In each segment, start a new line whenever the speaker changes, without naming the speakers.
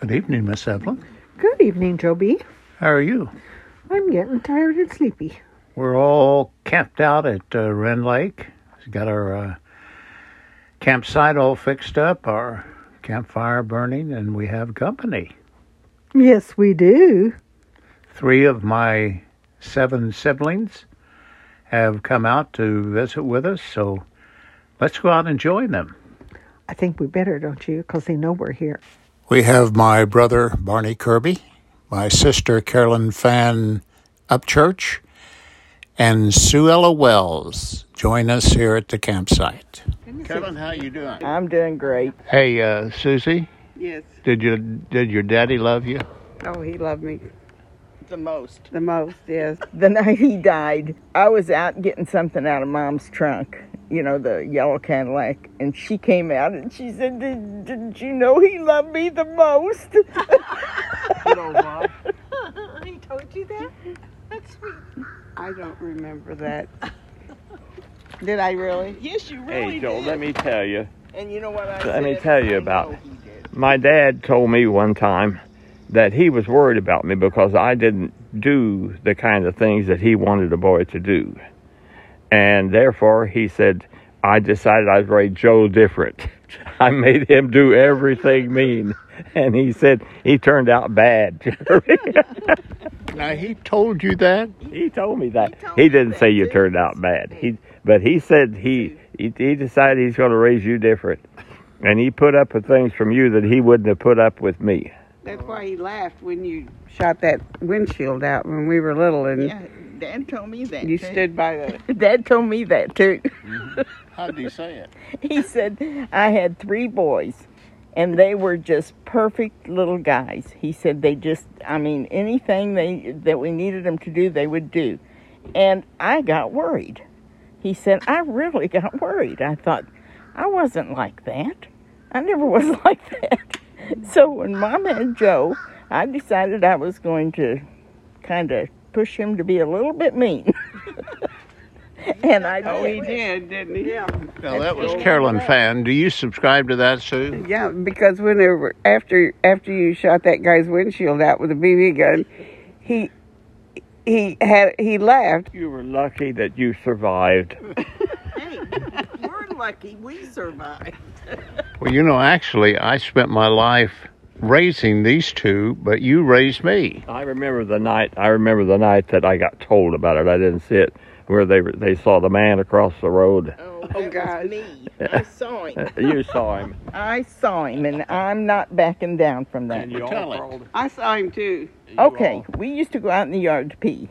Good evening, Miss Evelyn.
Good evening, Joby.
How are you?
I'm getting tired and sleepy.
We're all camped out at uh, Wren Lake. We've got our uh, campsite all fixed up, our campfire burning, and we have company.
Yes, we do.
Three of my seven siblings have come out to visit with us, so let's go out and join them.
I think we better, don't you? Because they know we're here.
We have my brother Barney Kirby, my sister Carolyn Fan Upchurch, and Sue Ella Wells join us here at the campsite. Carolyn, how you doing?
I'm doing great.
Hey, uh, Susie,
Yes.
did your did your daddy love you?
Oh, he loved me
The most.
the most. Yes.
The night he died, I was out getting something out of mom's trunk, you know, the yellow Cadillac, and she came out and she said, Did, did you know he loved me the most?
He told you that? That's sweet.
I don't remember that. Did I really?
Yes, you really
Hey, Joel,
did.
let me tell you.
and you know what I
Let
said?
me tell you
I
about
know
it.
he did.
My dad told me one time that he was worried about me because I didn't do the kind of things that he wanted a boy to do. And therefore, he said, I decided I'd rate Joe different. I made him do everything mean. And he said, he turned out bad. Jerry.
Now he told you that.
he told me that.
told
He,
me
didn't
that,
say you
too.
turned out bad. He, but he said he, he, he decided he's going to raise you different. And he put up with things from you that he wouldn't have put up with me.
That's why he laughed when you shot that windshield out when we were little and
Yeah, Dad told me that.
you
too.
stood by the.
Dad told me that too.
How did he say it?
he said i had three boys and they were just perfect little guys he said they just i mean anything they that we needed them to do they would do and i got worried he said i really got worried i thought i wasn't like that i never was like that so when mom had joe i decided i was going to kind of push him to be a little bit mean and i
Oh, he
did
did, didn't he? Yeah.
Now that was Carolyn Fan. Do you subscribe to that, Sue?
Yeah, because whenever after after you shot that guy's windshield out with a BB gun, he he had he laughed.
You were lucky that you survived.
Hey, we're lucky we survived.
Well, you know, actually, I spent my life raising these two, but you raised me.
I remember the night. I remember the night that I got told about it. I didn't see it. Where they they saw the man across the road.
Oh,
Oh,
that
God.
was me. I saw him.
You saw him.
I saw him, and I'm not backing down from that.
you all Tell it. crawled-
I saw him too.
Okay, we used to go out in the yard to pee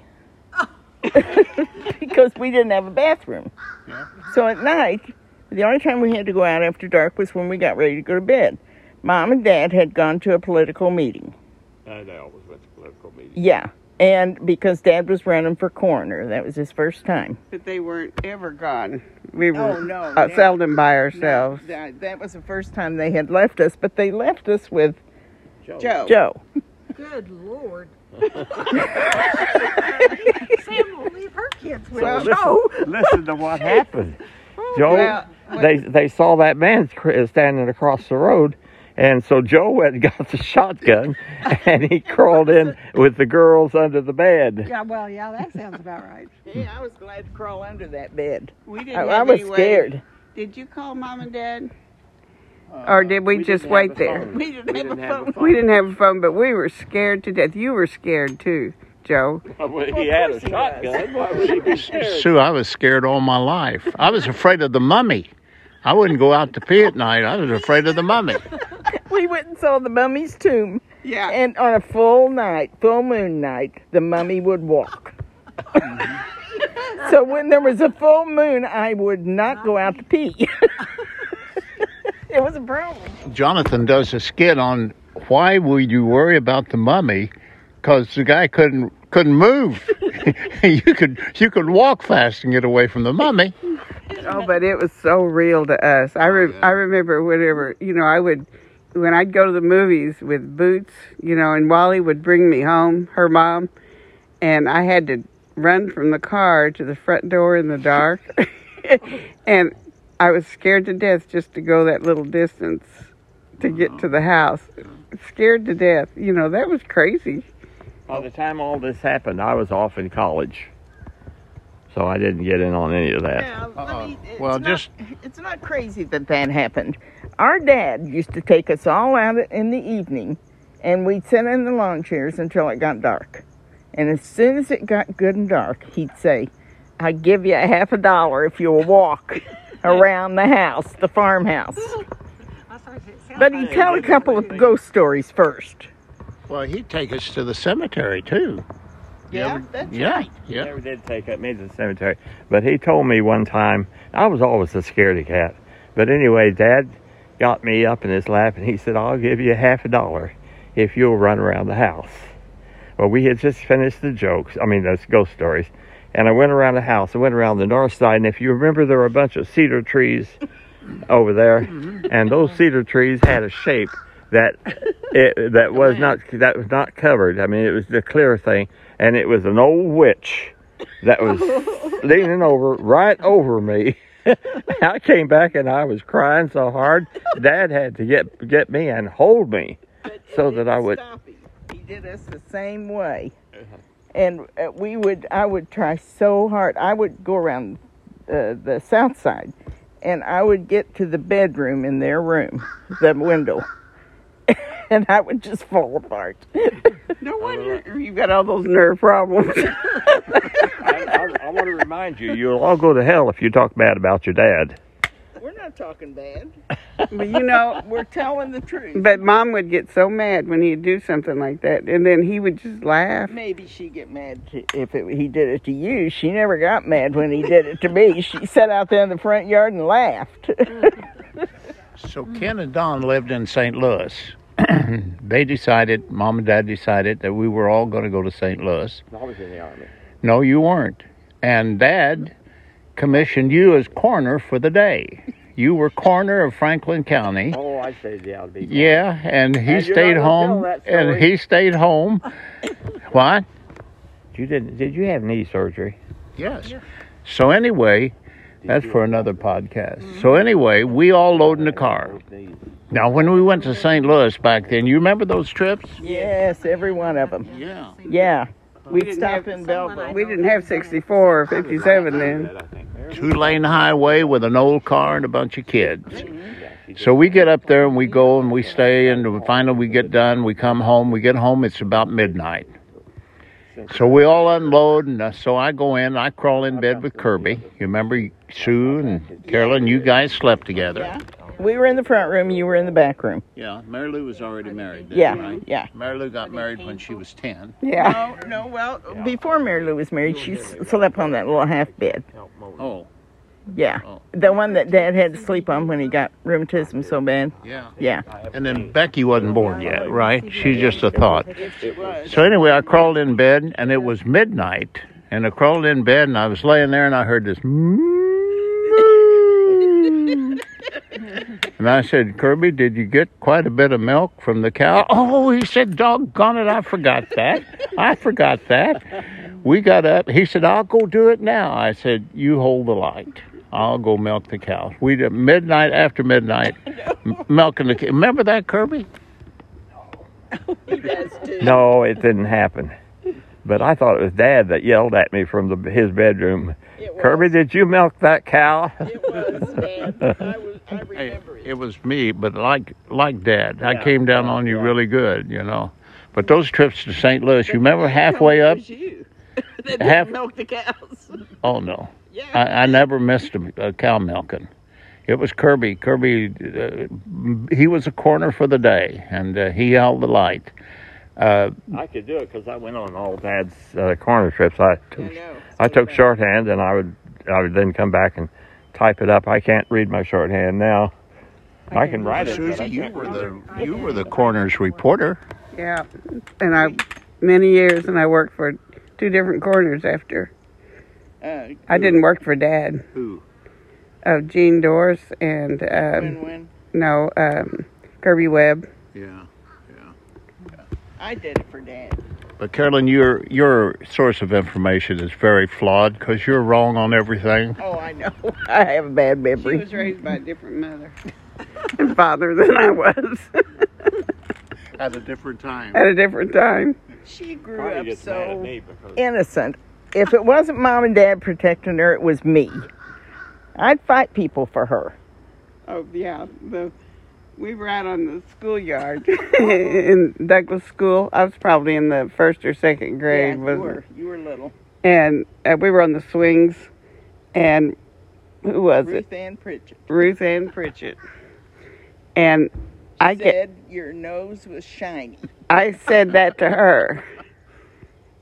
because we didn't have a bathroom. So at night, the only time we had to go out after dark was when we got ready to go to bed. Mom and Dad had gone to a political meeting.
And I always went to political meetings.
Yeah, and because Dad was running for coroner, that was his first time.
But they weren't ever gone. We were
Oh, no,
uh,
never.
seldom by ourselves.
That, that was the first time they had left us, but they left us with
Joe.
Joe.
Good lord. Sam will leave her kids with
Well, Hmm.
listen,
Joe.
listen to what happened. Joe,
well,
they they saw that man cr- uh, standing across the road, and so Joe went and got the shotgun, and he crawled in with the girls under the bed.
Yeah, well, yeah, that sounds about right.
Yeah, I was glad to crawl under that bed.
We
I,
didn't.
I
have
was
any way-
scared.
Did you call mom and dad? Uh, or did we, just wait there?
We didn't have a phone.
We didn't have a phone, but we were scared to death. You were scared too, Joe.
he had a shotgun. Why would he be scared?
Sue, I was scared all my life. I was afraid of the mummy. I wouldn't go out to pee at night. I was afraid of the mummy.
We went and saw the mummy's tomb,
Yeah.
and on a full night, full moon night, the mummy would walk. so when there was a full moon, I would not go out to pee. it was a problem.
Jonathan does a skit on why would you worry about the mummy? Because the guy couldn't couldn't move. you could you could walk fast and get away from the mummy.
Oh, but it was so real to us. I re- I remember whenever you know I would when I'd go to the movies with Boots, you know, and Wally would bring me home, her mom, and I had to run from the car to the front door in the dark, and Uh-huh. I was scared to death just to go that little distance to get to the house. scared to death. You know, that was crazy.
By the time all this happened, I was off in college. So I didn't get in on any of that.
Now, let
Uh-oh.
me- it's
Uh-uh. Well,
not-
just-
it's not crazy that that happened. Our dad used to take us all out in the evening, and we'd sit in the lawn chairs until it got dark. And as soon as it got good and dark, he'd say, "I give you a half a dollar if you'll walk around the house, the farmhouse."
I started to sound
But he'd tell a couple of ghost stories first.
Well, he'd take us to the cemetery too.
Yeah, that's
Yeah, yeah.
Never did take up me to the cemetery. But he told me one time, I was always a scaredy cat. But anyway, Dad got me up in his lap and he said, I'll give you half a dollar if you'll run around the house. Well, we had just finished the jokes, I mean, those ghost stories. And I went around the house. I went around the north side. And if you remember, there were a bunch of cedar trees over there. And those cedar trees had a shape that it, that was not that was not covered. I mean, it was the clear thing, and it was an old witch that was leaning over right over me. I came back and I was crying so hard, Dad had to get get me and hold me. So that I would-
stop him. He did us the same way, and uh, we would. I would try so hard. I would go around uh, the south side, and I would get to the bedroom in their room, the window, and I would just fall apart.
No wonder you've got all those nerve problems.
I, I, I want to remind you, you'll all go to hell if you talk bad about your dad.
We're not talking bad.
but you know,
We're telling the truth.
but mom would get so mad when he'd do something like that, and then he would just laugh.
Maybe she get mad to, if it, he did it to you. She never got mad when he did it to me. She sat out there in the front yard and laughed.
So Ken and Don lived in St. Louis. they decided, mom and dad decided that we were all going to go to St. Louis.
I was in the army.
No, you weren't. And dad commissioned you as coroner for the day. You were coroner of Franklin County.
Oh, I stayed the LB.
Yeah, and he
And you're
stayed
not gonna
home.
tell that
And
story.
he stayed home. what?
You didn't? Did you have knee surgery?
Yes. So anyway, that's for another podcast. So anyway, we all load in the car. Now, when we went to St. Louis back then, you remember those trips?
yes, every one of them.
Yeah.
Yeah. We'd
didn't
stop
have
in
someone
Belleville.
I-
We didn't have 64 or 57 then.
Two lane highway with an old car and a bunch of kids. So we get up there and we go and we stay and finally we get done. We come home. We get home. It's about midnight. So we all unload and uh, so I go in. I crawl in bed with Kirby. You remember Sue and Carolyn? You guys slept together.
Yeah. We were in the front room, you were in the back room.
Yeah, Mary Lou was already married. then,
Yeah,
right?
yeah.
Mary Lou got married when she was 10.
Yeah.
No, no, well, before Mary Lou was married, she s- slept on that little half bed.
Oh,
Yeah.
Oh.
The one that Dad had to sleep on when he got rheumatism so bad.
yeah.
Yeah.
And then Becky wasn't born yet, right? She's just a thought. So anyway, I crawled in bed and it was midnight. And I crawled in bed and I was laying there and I heard this. And I said, Kirby, did you get quite a bit of milk from the cow? Oh, he said, doggone it, I forgot that. I forgot that. We got up. He said, I'll go do it now. I said, You hold the light. I'll go milk the cow. We did midnight after midnight, m- milking the cow. Remember that, Kirby?
No, it didn't happen. But I thought it was Dad that yelled at me from the, his bedroom. Kirby, did you milk that cow?
It was, Dad. I, was, I
Hey, it was me, but like like Dad, I
Yeah.
came down on you really good, you know. But those trips to St. Louis, you remember halfway up?
you.
Half-
milk the cows.
Oh no,
Yeah.
I, I never missed a, a cow milking. It was Kirby. Kirby, uh, he was a corner for the day, and uh, he held the light. Uh,
I could do it because I went on all Dad's uh, corner trips. I
I
took,
know.
I took shorthand, and I would I would then come back and type it up. I can't read my shorthand now. I can write it. but I can't read it.
the you were the corner's reporter.
Yeah. And I, many years, and I worked for two different corners after.
Uh,
I didn't work for dad.
Who?
Oh, Gene Doris and, um,
win-win.
no, um, Kirby Webb.
Yeah.
I did it for Dad.
But Carolyn, your your source of information is very flawed because you're wrong on everything.
Oh, I know. I have a bad memory.
raised by a different mother and father than I was.
At a different time.
at a different time.
She grew
Cardi
up
gets mad at
so
me because
innocent. If it wasn't mom and dad protecting her, it was me. I'd fight people for her.
Oh yeah, the we were out on the schoolyard in Douglas School. I was probably in the first or second grade.
you
was
were. You were little.
and uh, we were on the swings, and who was it?
Ruth Ann Pritchett
Ruth Ann Pritchett. And I get,
said your nose was shiny.
I said that to her,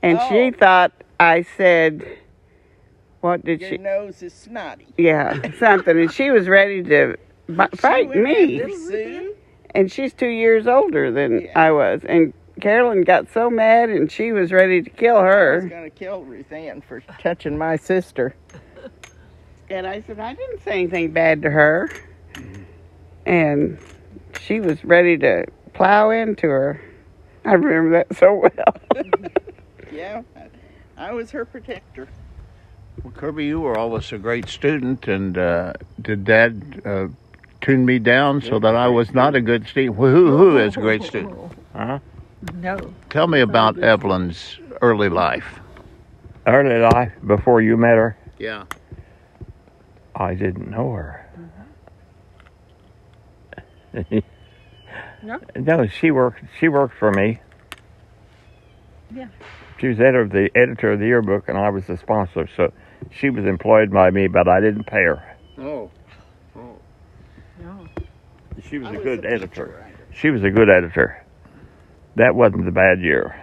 and she thought I said, "What did
Your
she?"
nose is snotty.
Yeah, something. And she was ready to b- fight
She went
me.
after Sue.
and she's two years older than
Yeah.
I was. And Carolyn got so mad, and she was ready to kill
I was
her.
gonna kill Ruth Ann for touching my sister.
And I said, I didn't say anything bad to her. And she was ready to plow into her. I remember that so well.
Yeah, I- I was her protector.
Well, Kirby, you were always a great student, and uh, did Dad uh, tune me down so that I was not a good student? Who, who- who is a great student?
No.
Tell me about Evelyn's early life.
early life, before you met her,
Yeah.
I didn't know her.
Mm-hmm. No.
No, she worked. She worked for me.
Yeah.
She was editor of the editor of the yearbook, and I was the sponsor. So she was employed by me, but I didn't pay her.
Oh.
No.
She was a
I was
good
a
editor.
teacher.
She was a good editor. That wasn't the bad year.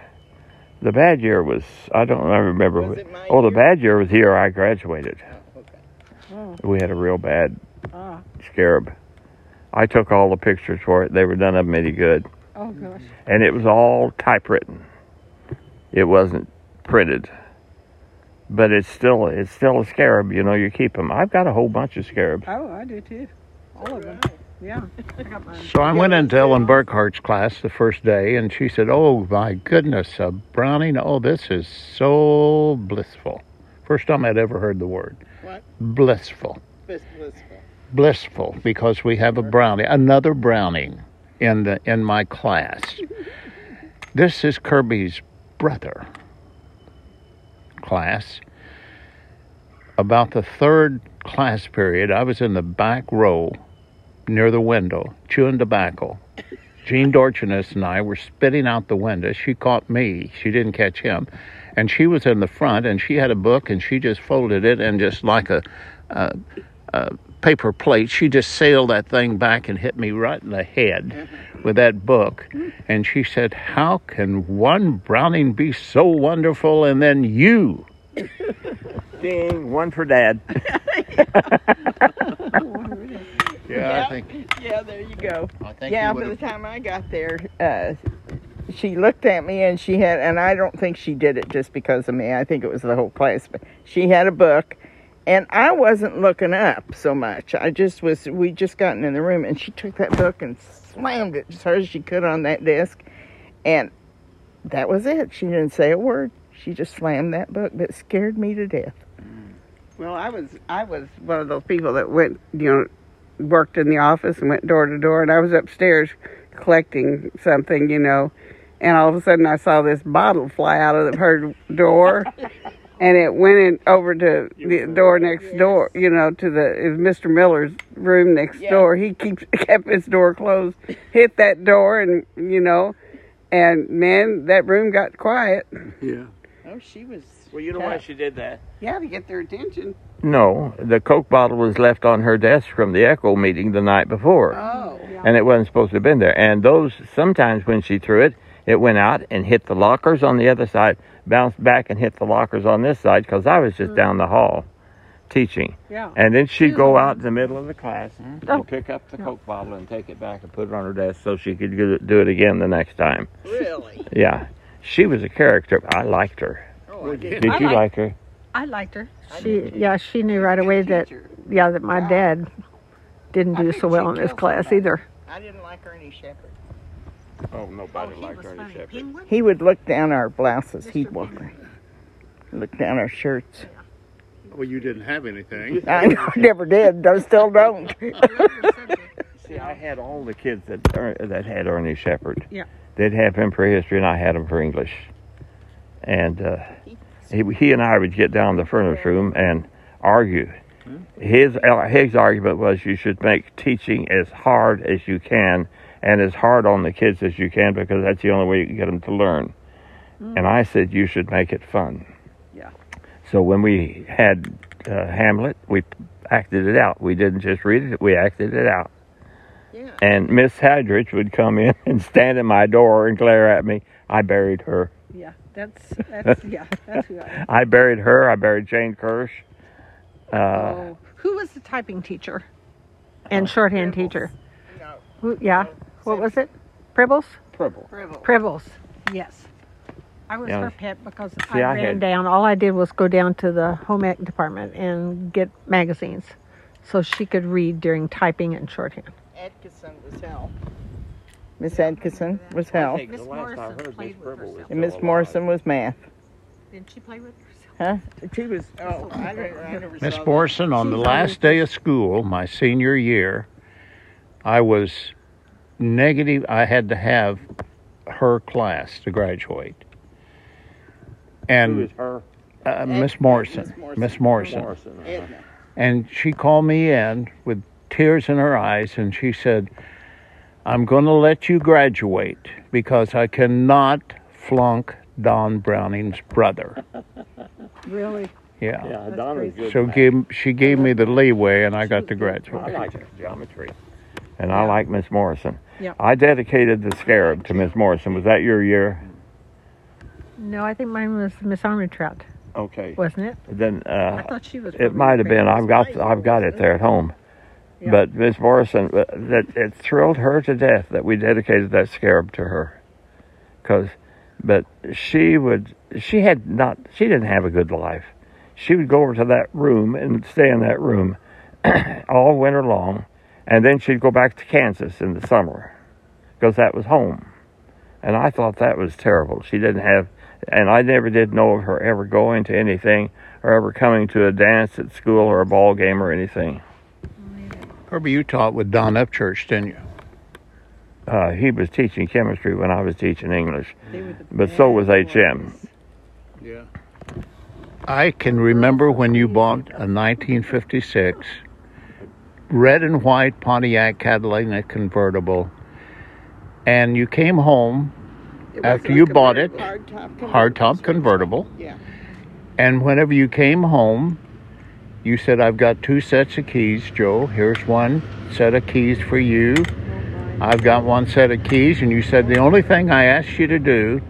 The bad year was I don't I remember.
Was
wh-
it my
oh, the
year?
bad year was the year I graduated.
okay.
We had a real bad
Ah.
scarab. I took all the pictures for it. They were none of them any good,
Oh gosh.
and it was all typewritten. It wasn't printed, but it's still it's still a scarab. You know, you keep them. I've got a whole bunch of scarabs.
Oh, I do too. All of them. Yeah. I got mine.
So I went into Ellen Burkhart's class the first day, and she said, "Oh my goodness, a brownie! Oh, this is so blissful." First time I'd ever heard the word.
What?
Blissful.
Bliss- blissful.
blissful because we have a brownie, another browning in the in my class. This is Kirby's brother class. About the third class period, I was in the back row near the window, chewing tobacco. Jean Dorchinus and I were spitting out the window. She caught me. She didn't catch him. And she was in the front and she had a book and she just folded it and just like a paper plate. She just sailed that thing back and hit me right in the head with that book. And she said, How can one Browning be so wonderful and then you?
Ding, one for Dad.
Yeah, I think
Yeah, there you go.
I think
yeah,
you
by the
would
time I got there, uh, she looked at me and she had, and I don't think she did it just because of me. I think it was the whole class, but she had a book, and I wasn't looking up so much. I just was. We just gotten in the room, and she took that book and slammed it as hard as she could on that desk, and that was it. She didn't say a word. She just slammed that book, but it scared me to death.
Well, I was I was one of those people that went, you know, worked in the office and went door to door, and I was upstairs collecting something, you know, and all of a sudden I saw this bottle fly out of the, her door, and it went in over to the door next door, you know, to the it was Mr. Miller's room next
Yeah.
door. He keeps kept his door closed, hit that door, and you know, and man, that room got quiet.
yeah.
Oh, she was.
she did that?
Yeah, to get their attention.
No, the Coke bottle was left on her desk from the Echo meeting the night before.
Oh.
and it wasn't supposed to have been there. And those sometimes when she threw it, it went out and hit the lockers on the other side, bounced back and hit the lockers on this side because I was
Mm.
just down the hall teaching.
Yeah.
And then she'd go out in the middle of the class
Oh.
and pick up the Coke bottle and take it back and put it on her desk so she could do it- do it again the next time.
Really?
Yeah. She was a character. I liked her.
Oh, I didn't.
Did
I
you
like-
like her?
I liked her.
She, yeah, she knew right away that, yeah, that my dad didn't
I
do
think
so well
she
in this
killed
class
somebody.
either.
I didn't like Ernie Shepherd.
Oh,
Oh,
nobody
he was funny. Penguin.
He would look down our blouses. He'd walk, look down our shirts.
Well, you didn't have anything.
I know, never did. I still don't.
See, I uh, had all the kids that er, that had Ernie Shepherd.
Yeah.
They'd have him for history, and I had him for English. And uh, he, he and I would get down in the furnace room and argue.
Hmm?
His uh, his argument was you should make teaching as hard as you can and as hard on the kids as you can because that's the only way you can get them to learn. And I said you should make it fun.
Hmm. Yeah.
So when we had uh, Hamlet, we acted it out. We didn't just read it; we acted it out.
Yeah.
And Miss Hadrich would come in and stand at my door and glare at me. I buried her.
Yeah. That's that's yeah. That's who I am.
I buried her. I buried Jane Kirsch. Uh,
Oh, who was the typing teacher?
Oh,
and shorthand teacher. Who- Yeah. What was it? Pribbles?
Purple.
Pribbles.
Yes. I was
Yeah.
her pet because
See, I
I, read
had-
Ran down. All I did was go down to the home ec department and get magazines so she could read during typing and shorthand.
Atkinson was hell.
Miss Atkinson was health,
Miss Morrison played with herself.
and Miss Morrison was math.
Didn't she play with herself?
Huh?
She was, oh, I never, I never
Miss
saw that.
Morrison, on the last day of school, my senior year, I was negative. I had to have her class to graduate. And
her?
uh, Miss Morrison,
Miss Morrison.
Miss Morrison.
Morrison.
Edna.
And she called me in with tears in her eyes and she said, I'm going to let you graduate because I cannot flunk Don Browning's brother.
Really?
Yeah.
Yeah, Donna's good.
So
at
gave, she gave me the leeway and I got to
math. I
graduate.
like geometry. And I like Miss Morrison.
Yeah.
I dedicated the scarab to Miss Morrison. Was that your year?
No, I think mine was Miss Armitrout,
Okay.
wasn't it?
Then
I
uh,
thought she was.
It might have been. I've got I've got it there at home.
Yeah.
But Miss Morrison, uh, that it thrilled her to death that we dedicated that scarab to her, because, but she would she had not she didn't have a good life. She would go over to that room and stay in that room all winter long, and then she'd go back to Kansas in the summer, because that was home. And I thought that was terrible. She didn't have, and I never did know of her ever going to anything or ever coming to a dance at school or a ball game or anything.
Herbie, you taught with Don Upchurch, didn't you?
Uh, he was teaching chemistry when I was teaching English,
They were the
but so
bad
was HM.
boys.
Yeah. I can remember when you bought a 1956 red and white Pontiac Catalina convertible, and you came home
It
After
was a
you bought it,
hardtop
hardtop convertible,
Yeah.
and whenever you came home, you said, "I've got two sets of keys, Joe. Here's one set of keys for you. I've got one set of keys." And you said, "The only thing I ask you to do."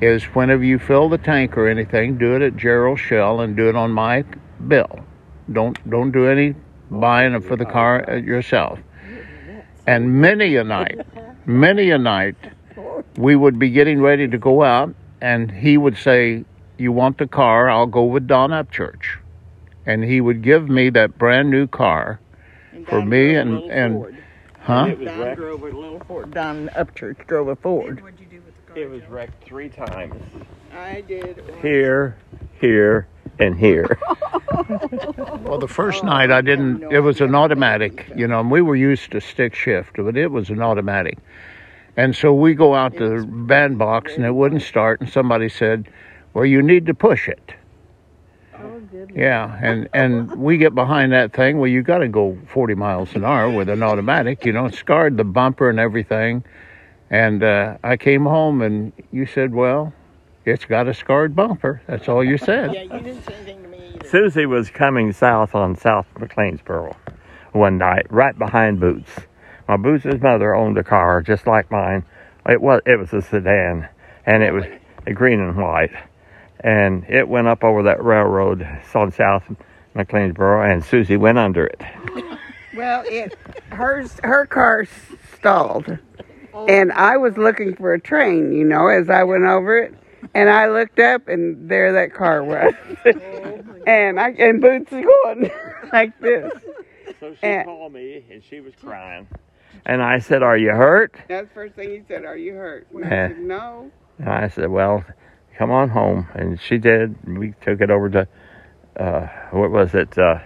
Is whenever you fill the tank or anything, do it at Gerald Shell and do it on my bill. Don't don't do any buying it for the car uh, yourself. And many a night, many a night, we would be getting ready to go out, and he would say, "You want the car? I'll go with Don Upchurch," and he would give me that brand new car.
And
For
Don
me
drove a
and-
little
and-
Ford.
Huh?
Don drove a little Ford.
Don Upchurch drove a Ford.
What'd you do with the
It was wrecked three times.
I did.
Here, here, and here.
Well, the first night Oh, I didn't. it was an automatic, you know, and we were used to stick shift, but it was an automatic. And so we go out to the bandbox, and it wouldn't start. And somebody said, "Well, you need to push it."
Oh, goodness.
Yeah, and and we get behind that thing. Well, you got to go 40 miles an hour with an automatic. You know, it scarred the bumper and everything. And uh, I came home, and you said, "Well, it's got a scarred bumper." That's all you said.
Yeah, you didn't say anything to me either.
Susie was coming south on South McLeansboro one night, right behind Boots. My Boots' mother owned a car just like mine. It was it was a sedan, and it was a green and white, and it went up over that railroad on South McLeansboro, and Susie went under it.
Well, it hers her car s- stalled,
Oh.
and I was looking for a train. You know, as I went over it, and I looked up, and there that car was,
Oh,
and I and Boots is going like this.
So she
Eh.
called me, and she was crying, and I said, "Are you hurt?"
That's the first thing he said. Are you hurt? And I
Yeah.
said, no.
And I said, "Well, come on home." And she did. And we took it over to uh, what was it? uh,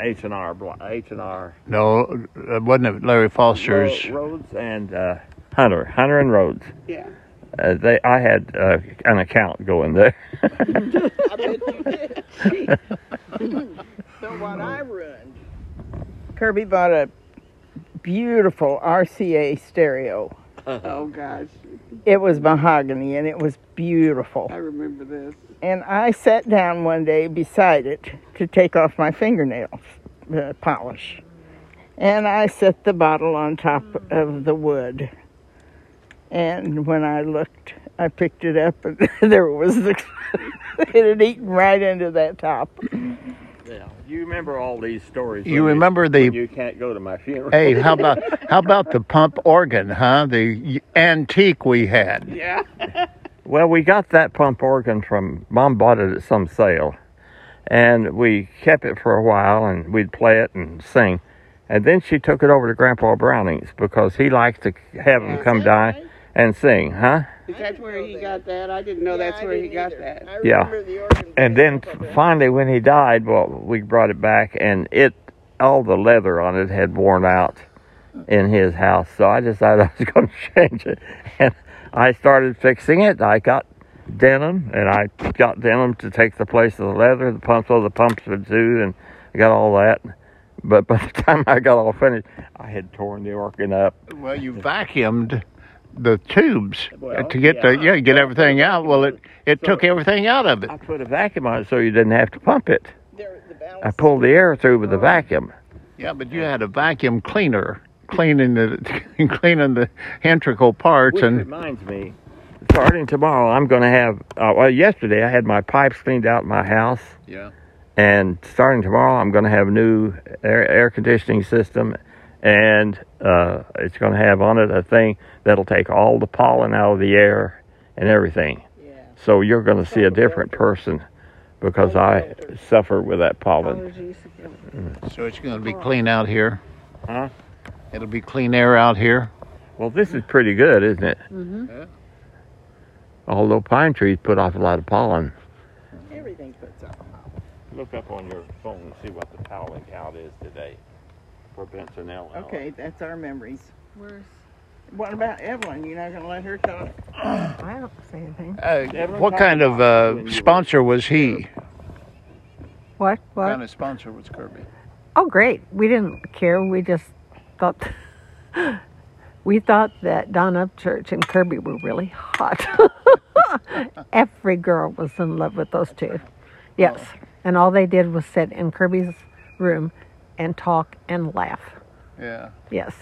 H and R H and R
No, uh, wasn't it Larry Foster's?
Rhodes and uh, Hunter, Hunter and Rhodes.
Yeah.
Uh, they, I had uh, an account going there.
I bet you did. So what I run,
Kirby bought a beautiful RCA stereo.
Oh gosh,
It was mahogany and it was beautiful.
I remember this.
And I sat down one day beside it to take off my fingernails uh, polish. And I set the bottle on top of the wood. And when I looked, I picked it up and there was the. it had eaten right into that top.
Yeah. You remember all these stories.
You
when
remember the-
when You can't go to my funeral.
Hey, how about how about the pump organ, huh? The antique we had.
Yeah.
Well, we got that pump organ from mom bought it at some sale, and we kept it for a while, and we'd play it and sing, and then she took it over to Grandpa Browning's because he liked to have him come by and sing, huh?
Is that where he got that? I didn't know
Yeah,
that's
I
where he
didn't
got
either.
that.
I
Yeah.
remember the organ. playing
And then
up on
finally, when he died, well, we brought it back, and it all the leather on it had worn out in his house. So I decided I was going to change it, and I started fixing it. I got denim, and I got denim to take the place of the leather. The pumps, all the pumps would do, and I got all that. But by the time I got all finished, I had torn the organ up.
Well, you vacuumed the tubes
Well,
to get the
yeah.
yeah get everything out. Well, it it took everything out of it.
I put a vacuum on it so you didn't have to pump it.
There, the
I
balance. Uh-huh.
pulled the air through with the vacuum.
Yeah, but you had a vacuum cleaner cleaning the cleaning the integral parts
Which
and
reminds me, starting tomorrow, I'm going to have. Uh, well, yesterday I had my pipes cleaned out in my house,
yeah.
and starting tomorrow I'm going to have a new air, air conditioning system, and uh, it's going to have on it a thing that'll take all the pollen out of the air and everything.
Yeah.
So you're going to see a different person because I suffer with that
Oh,
pollen.
Allergies.
So it's going to be clean out here.
Huh?
It'll be clean air out here.
Well, this is pretty good, isn't it? Mm-hmm.
Yeah.
Although pine trees put off a lot of pollen.
Everything puts up.
Look up on your phone and see what the toweling count is today for Benson, Illinois.
Okay, that's our memories.
Where's?
What about Evelyn? You're not going to let her talk?
I don't say anything.
Uh, what kind of uh, sponsor was he?
What? What?
of sponsor was Kirby?
Oh, great. We didn't care. We just thought we thought that Don Upchurch and Kirby were really hot. Every girl was in love with those two. Yes. And all they did was sit in Kirby's room and talk and laugh.
Yeah.
Yes.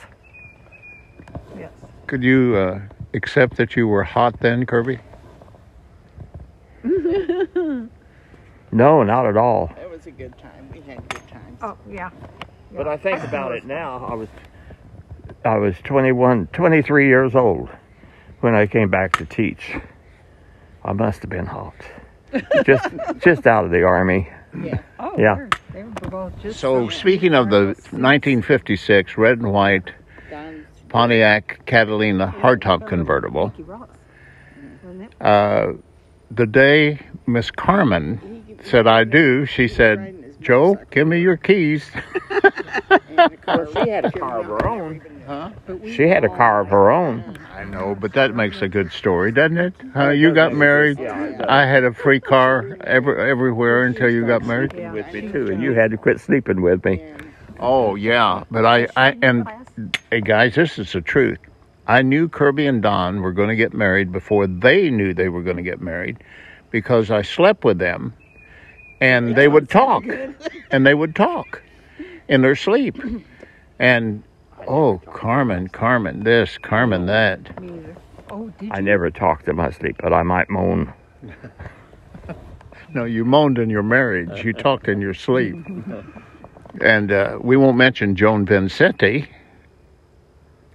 Could you uh, accept that you were hot then, Kirby?
No, not at all.
That was a good time. We had good times.
Oh, yeah.
But I think about it now. I was I was 21, 23 years old when I came back to teach. I must have been hot. just just out of the army.
Oh,
Yeah.
sure. They were both just
So
fine.
speaking of the 1956 red and white
Don,
Pontiac Catalina hardtop convertible,
Mickey Ross. Wasn't it?
uh, the day Miss Carmen said, "I do," she said, "Joe, give me your keys."
She had a car of her own. She had a car of her own.
I know, but that makes a good story, doesn't it? Huh? You got married. I had a free car every, everywhere until you got married.
Yeah.
With me too, and you had to quit sleeping with me.
Oh yeah, but I, I and hey guys, this is the truth. I knew Kirby and Don were going to get married before they knew they were going to get married, because I slept with them, and they would talk, and they would talk, in their sleep, and oh Carmen, Carmen this, Carmen that.
Me either. Oh, did you?
I never talked in my sleep, but I might moan.
No, you moaned in your marriage. You talked in your sleep. And uh, we won't mention Joan Vincenti.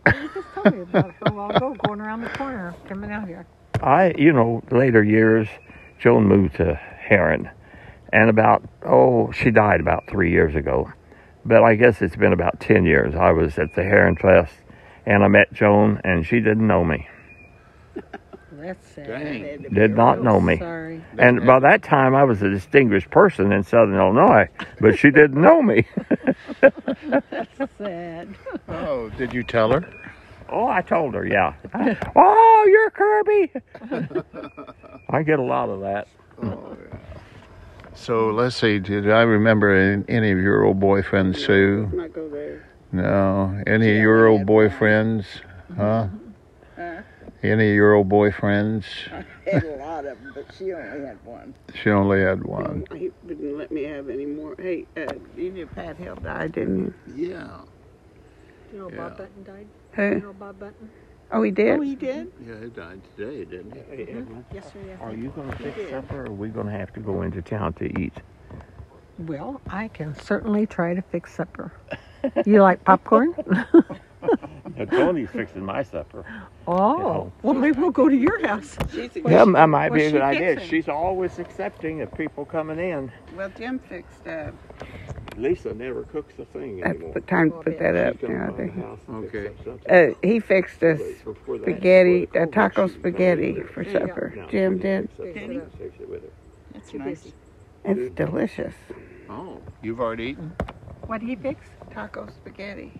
You just told me about her a while ago, going around the corner, coming out here.
I, you know, later years, Joan moved to Heron, and about oh, she died about three years ago, but I guess it's been about ten years. I was at the Heron Fest, and I met Joan, and she didn't know me,
That's sad.
did not know me,
Sorry.
and by that time I was a distinguished person in Southern Illinois, but she didn't know me.
Sad.
Oh, did you tell her?
Oh, I told her, yeah. oh, you're Kirby. I get a lot of that.
So let's see. Did I remember an- any of your old boyfriends, Sue?
Might go there.
No. Any of your old boyfriends? Huh?
Uh-huh.
Huh?
Any of your old boyfriends?
Had a lot of them, but she only had one.
She only had one.
He wouldn't let me have any more. Hey, uh, you knew Pat Hill died, didn't you?
Yeah.
You know
Yeah.
Bob Button died? You
Who?
know Bob Button?
Oh, he did?
Oh, he did?
Yeah, he died today, didn't he?
Yesterday.
Are you going to fix supper, or are we going to have to go into town to eat?
Well, I can certainly try to fix supper. You like popcorn?
Tony's fixing my supper.
Oh, well, maybe we'll go to your house.
She's a,
Yeah, that might be
what's
a
she
good idea.
fixing?
She's always accepting of people coming in.
well, Jim fixed up.
Lisa never cooks a thing
That's
anymore.
the time to put that up now, I think.
Okay.
Uh, he fixed us spaghetti, uh, taco spaghetti for supper. Jim did.
That's nice.
It's delicious.
Oh, you've already eaten?
What he fix?
Taco spaghetti.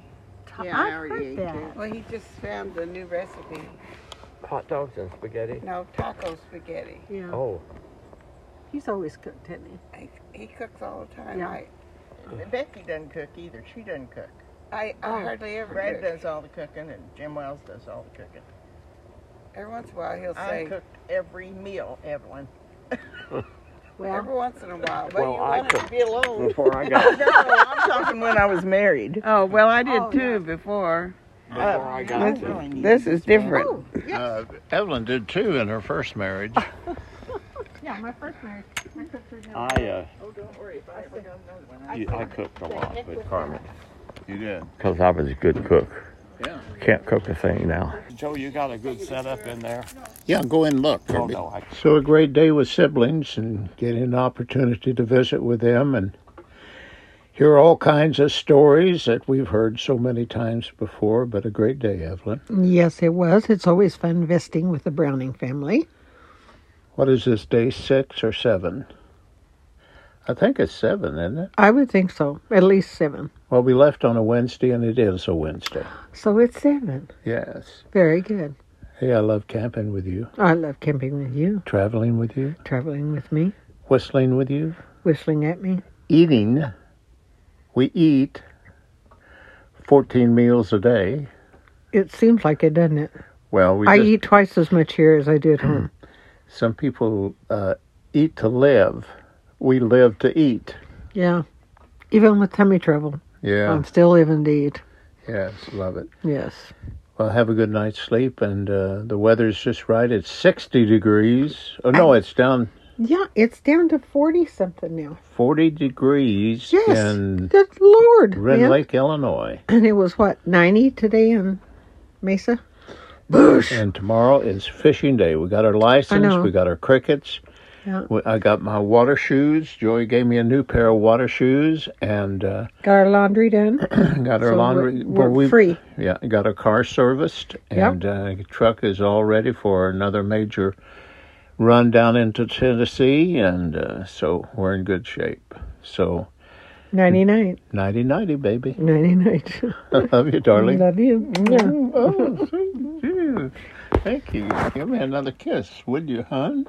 Yeah, I already ate
that.
Well, he just found the new recipe.
Hot dogs and spaghetti.
No, taco spaghetti.
Yeah.
Oh,
He's always cooked, hasn't he?
He, he cooks all the time.
Yeah.
I,
Becky doesn't cook either. She doesn't cook.
I, I hardly ever
Brad
cook.
Oh. does all the cooking, and Jim Wells does all the cooking.
Every once in a while, he'll
I
say,
cooked every meal, Evelyn.
every once in a while. But
Well,
you
I
want it to
cook.
be alone.
before I got
No, I'm talking when I was married.
Oh, well, I did too before.
before I got
This,
to
this is different.
Oh,
Uh, Evelyn did too in her first marriage.
Ah.
Yeah, my first marriage. I cooked for him.
I uh,
Oh, don't worry. If I ever got another one,
you- I cooked a lot with Carmen
You did.
because I was a good cook.
Yeah.
Can't cook a thing now. Joe, you got a good setup in there.
Yeah, go and look.
Oh
Kirby.
no, I
So a great day with siblings and getting an opportunity to visit with them and hear all kinds of stories that we've heard so many times before, but a great day, Evelyn.
Mm, Yes, it was. It's always fun visiting with the Browning family.
What is this day six or seven? I think it's seven, isn't it?
I would think so. At least seven.
Well, we left on a Wednesday and it is a Wednesday.
So it's seven.
Yes.
Very good.
Hey, I love camping with you,
I love camping with you,
traveling with you,
traveling with me,
whistling with you,
whistling at me.
eating. We eat 14 meals a day.
It seems like it, doesn't it?
Well, we
I
just- Mm.
eat twice as much here as I do at home.
Some people uh, eat to live. We live to eat.
yeah. Even with tummy trouble,
Yeah.
I'm still living to eat.
yes, love it.
Yes.
Well, have a good night's sleep, and uh, the weather's just right. It's 60 degrees. Oh, no, it's down
Yeah, it's down to 40 something now.
40 degrees
Yes.
in
Good Lord.
Red
man.
Lake, Illinois.
And it was what, 90 today in Mesa?
And tomorrow is fishing day. We got our license,
know.
we got our crickets.
Yeah.
We- I got my water shoes. Joy gave me a new pair of water shoes and uh,
Got our laundry done.
got our
So we're-
laundry.
We're,
well, we-
free.
Yeah, got a car serviced,
Yep.
and uh, truck is all ready for another major run down into Tennessee, and uh, so we're in good shape. So
99.
90-90, baby.
99.
I love you, darling.
Love you. Yeah.
Oh, so cute. Thank you. Give me another kiss, would you, hon?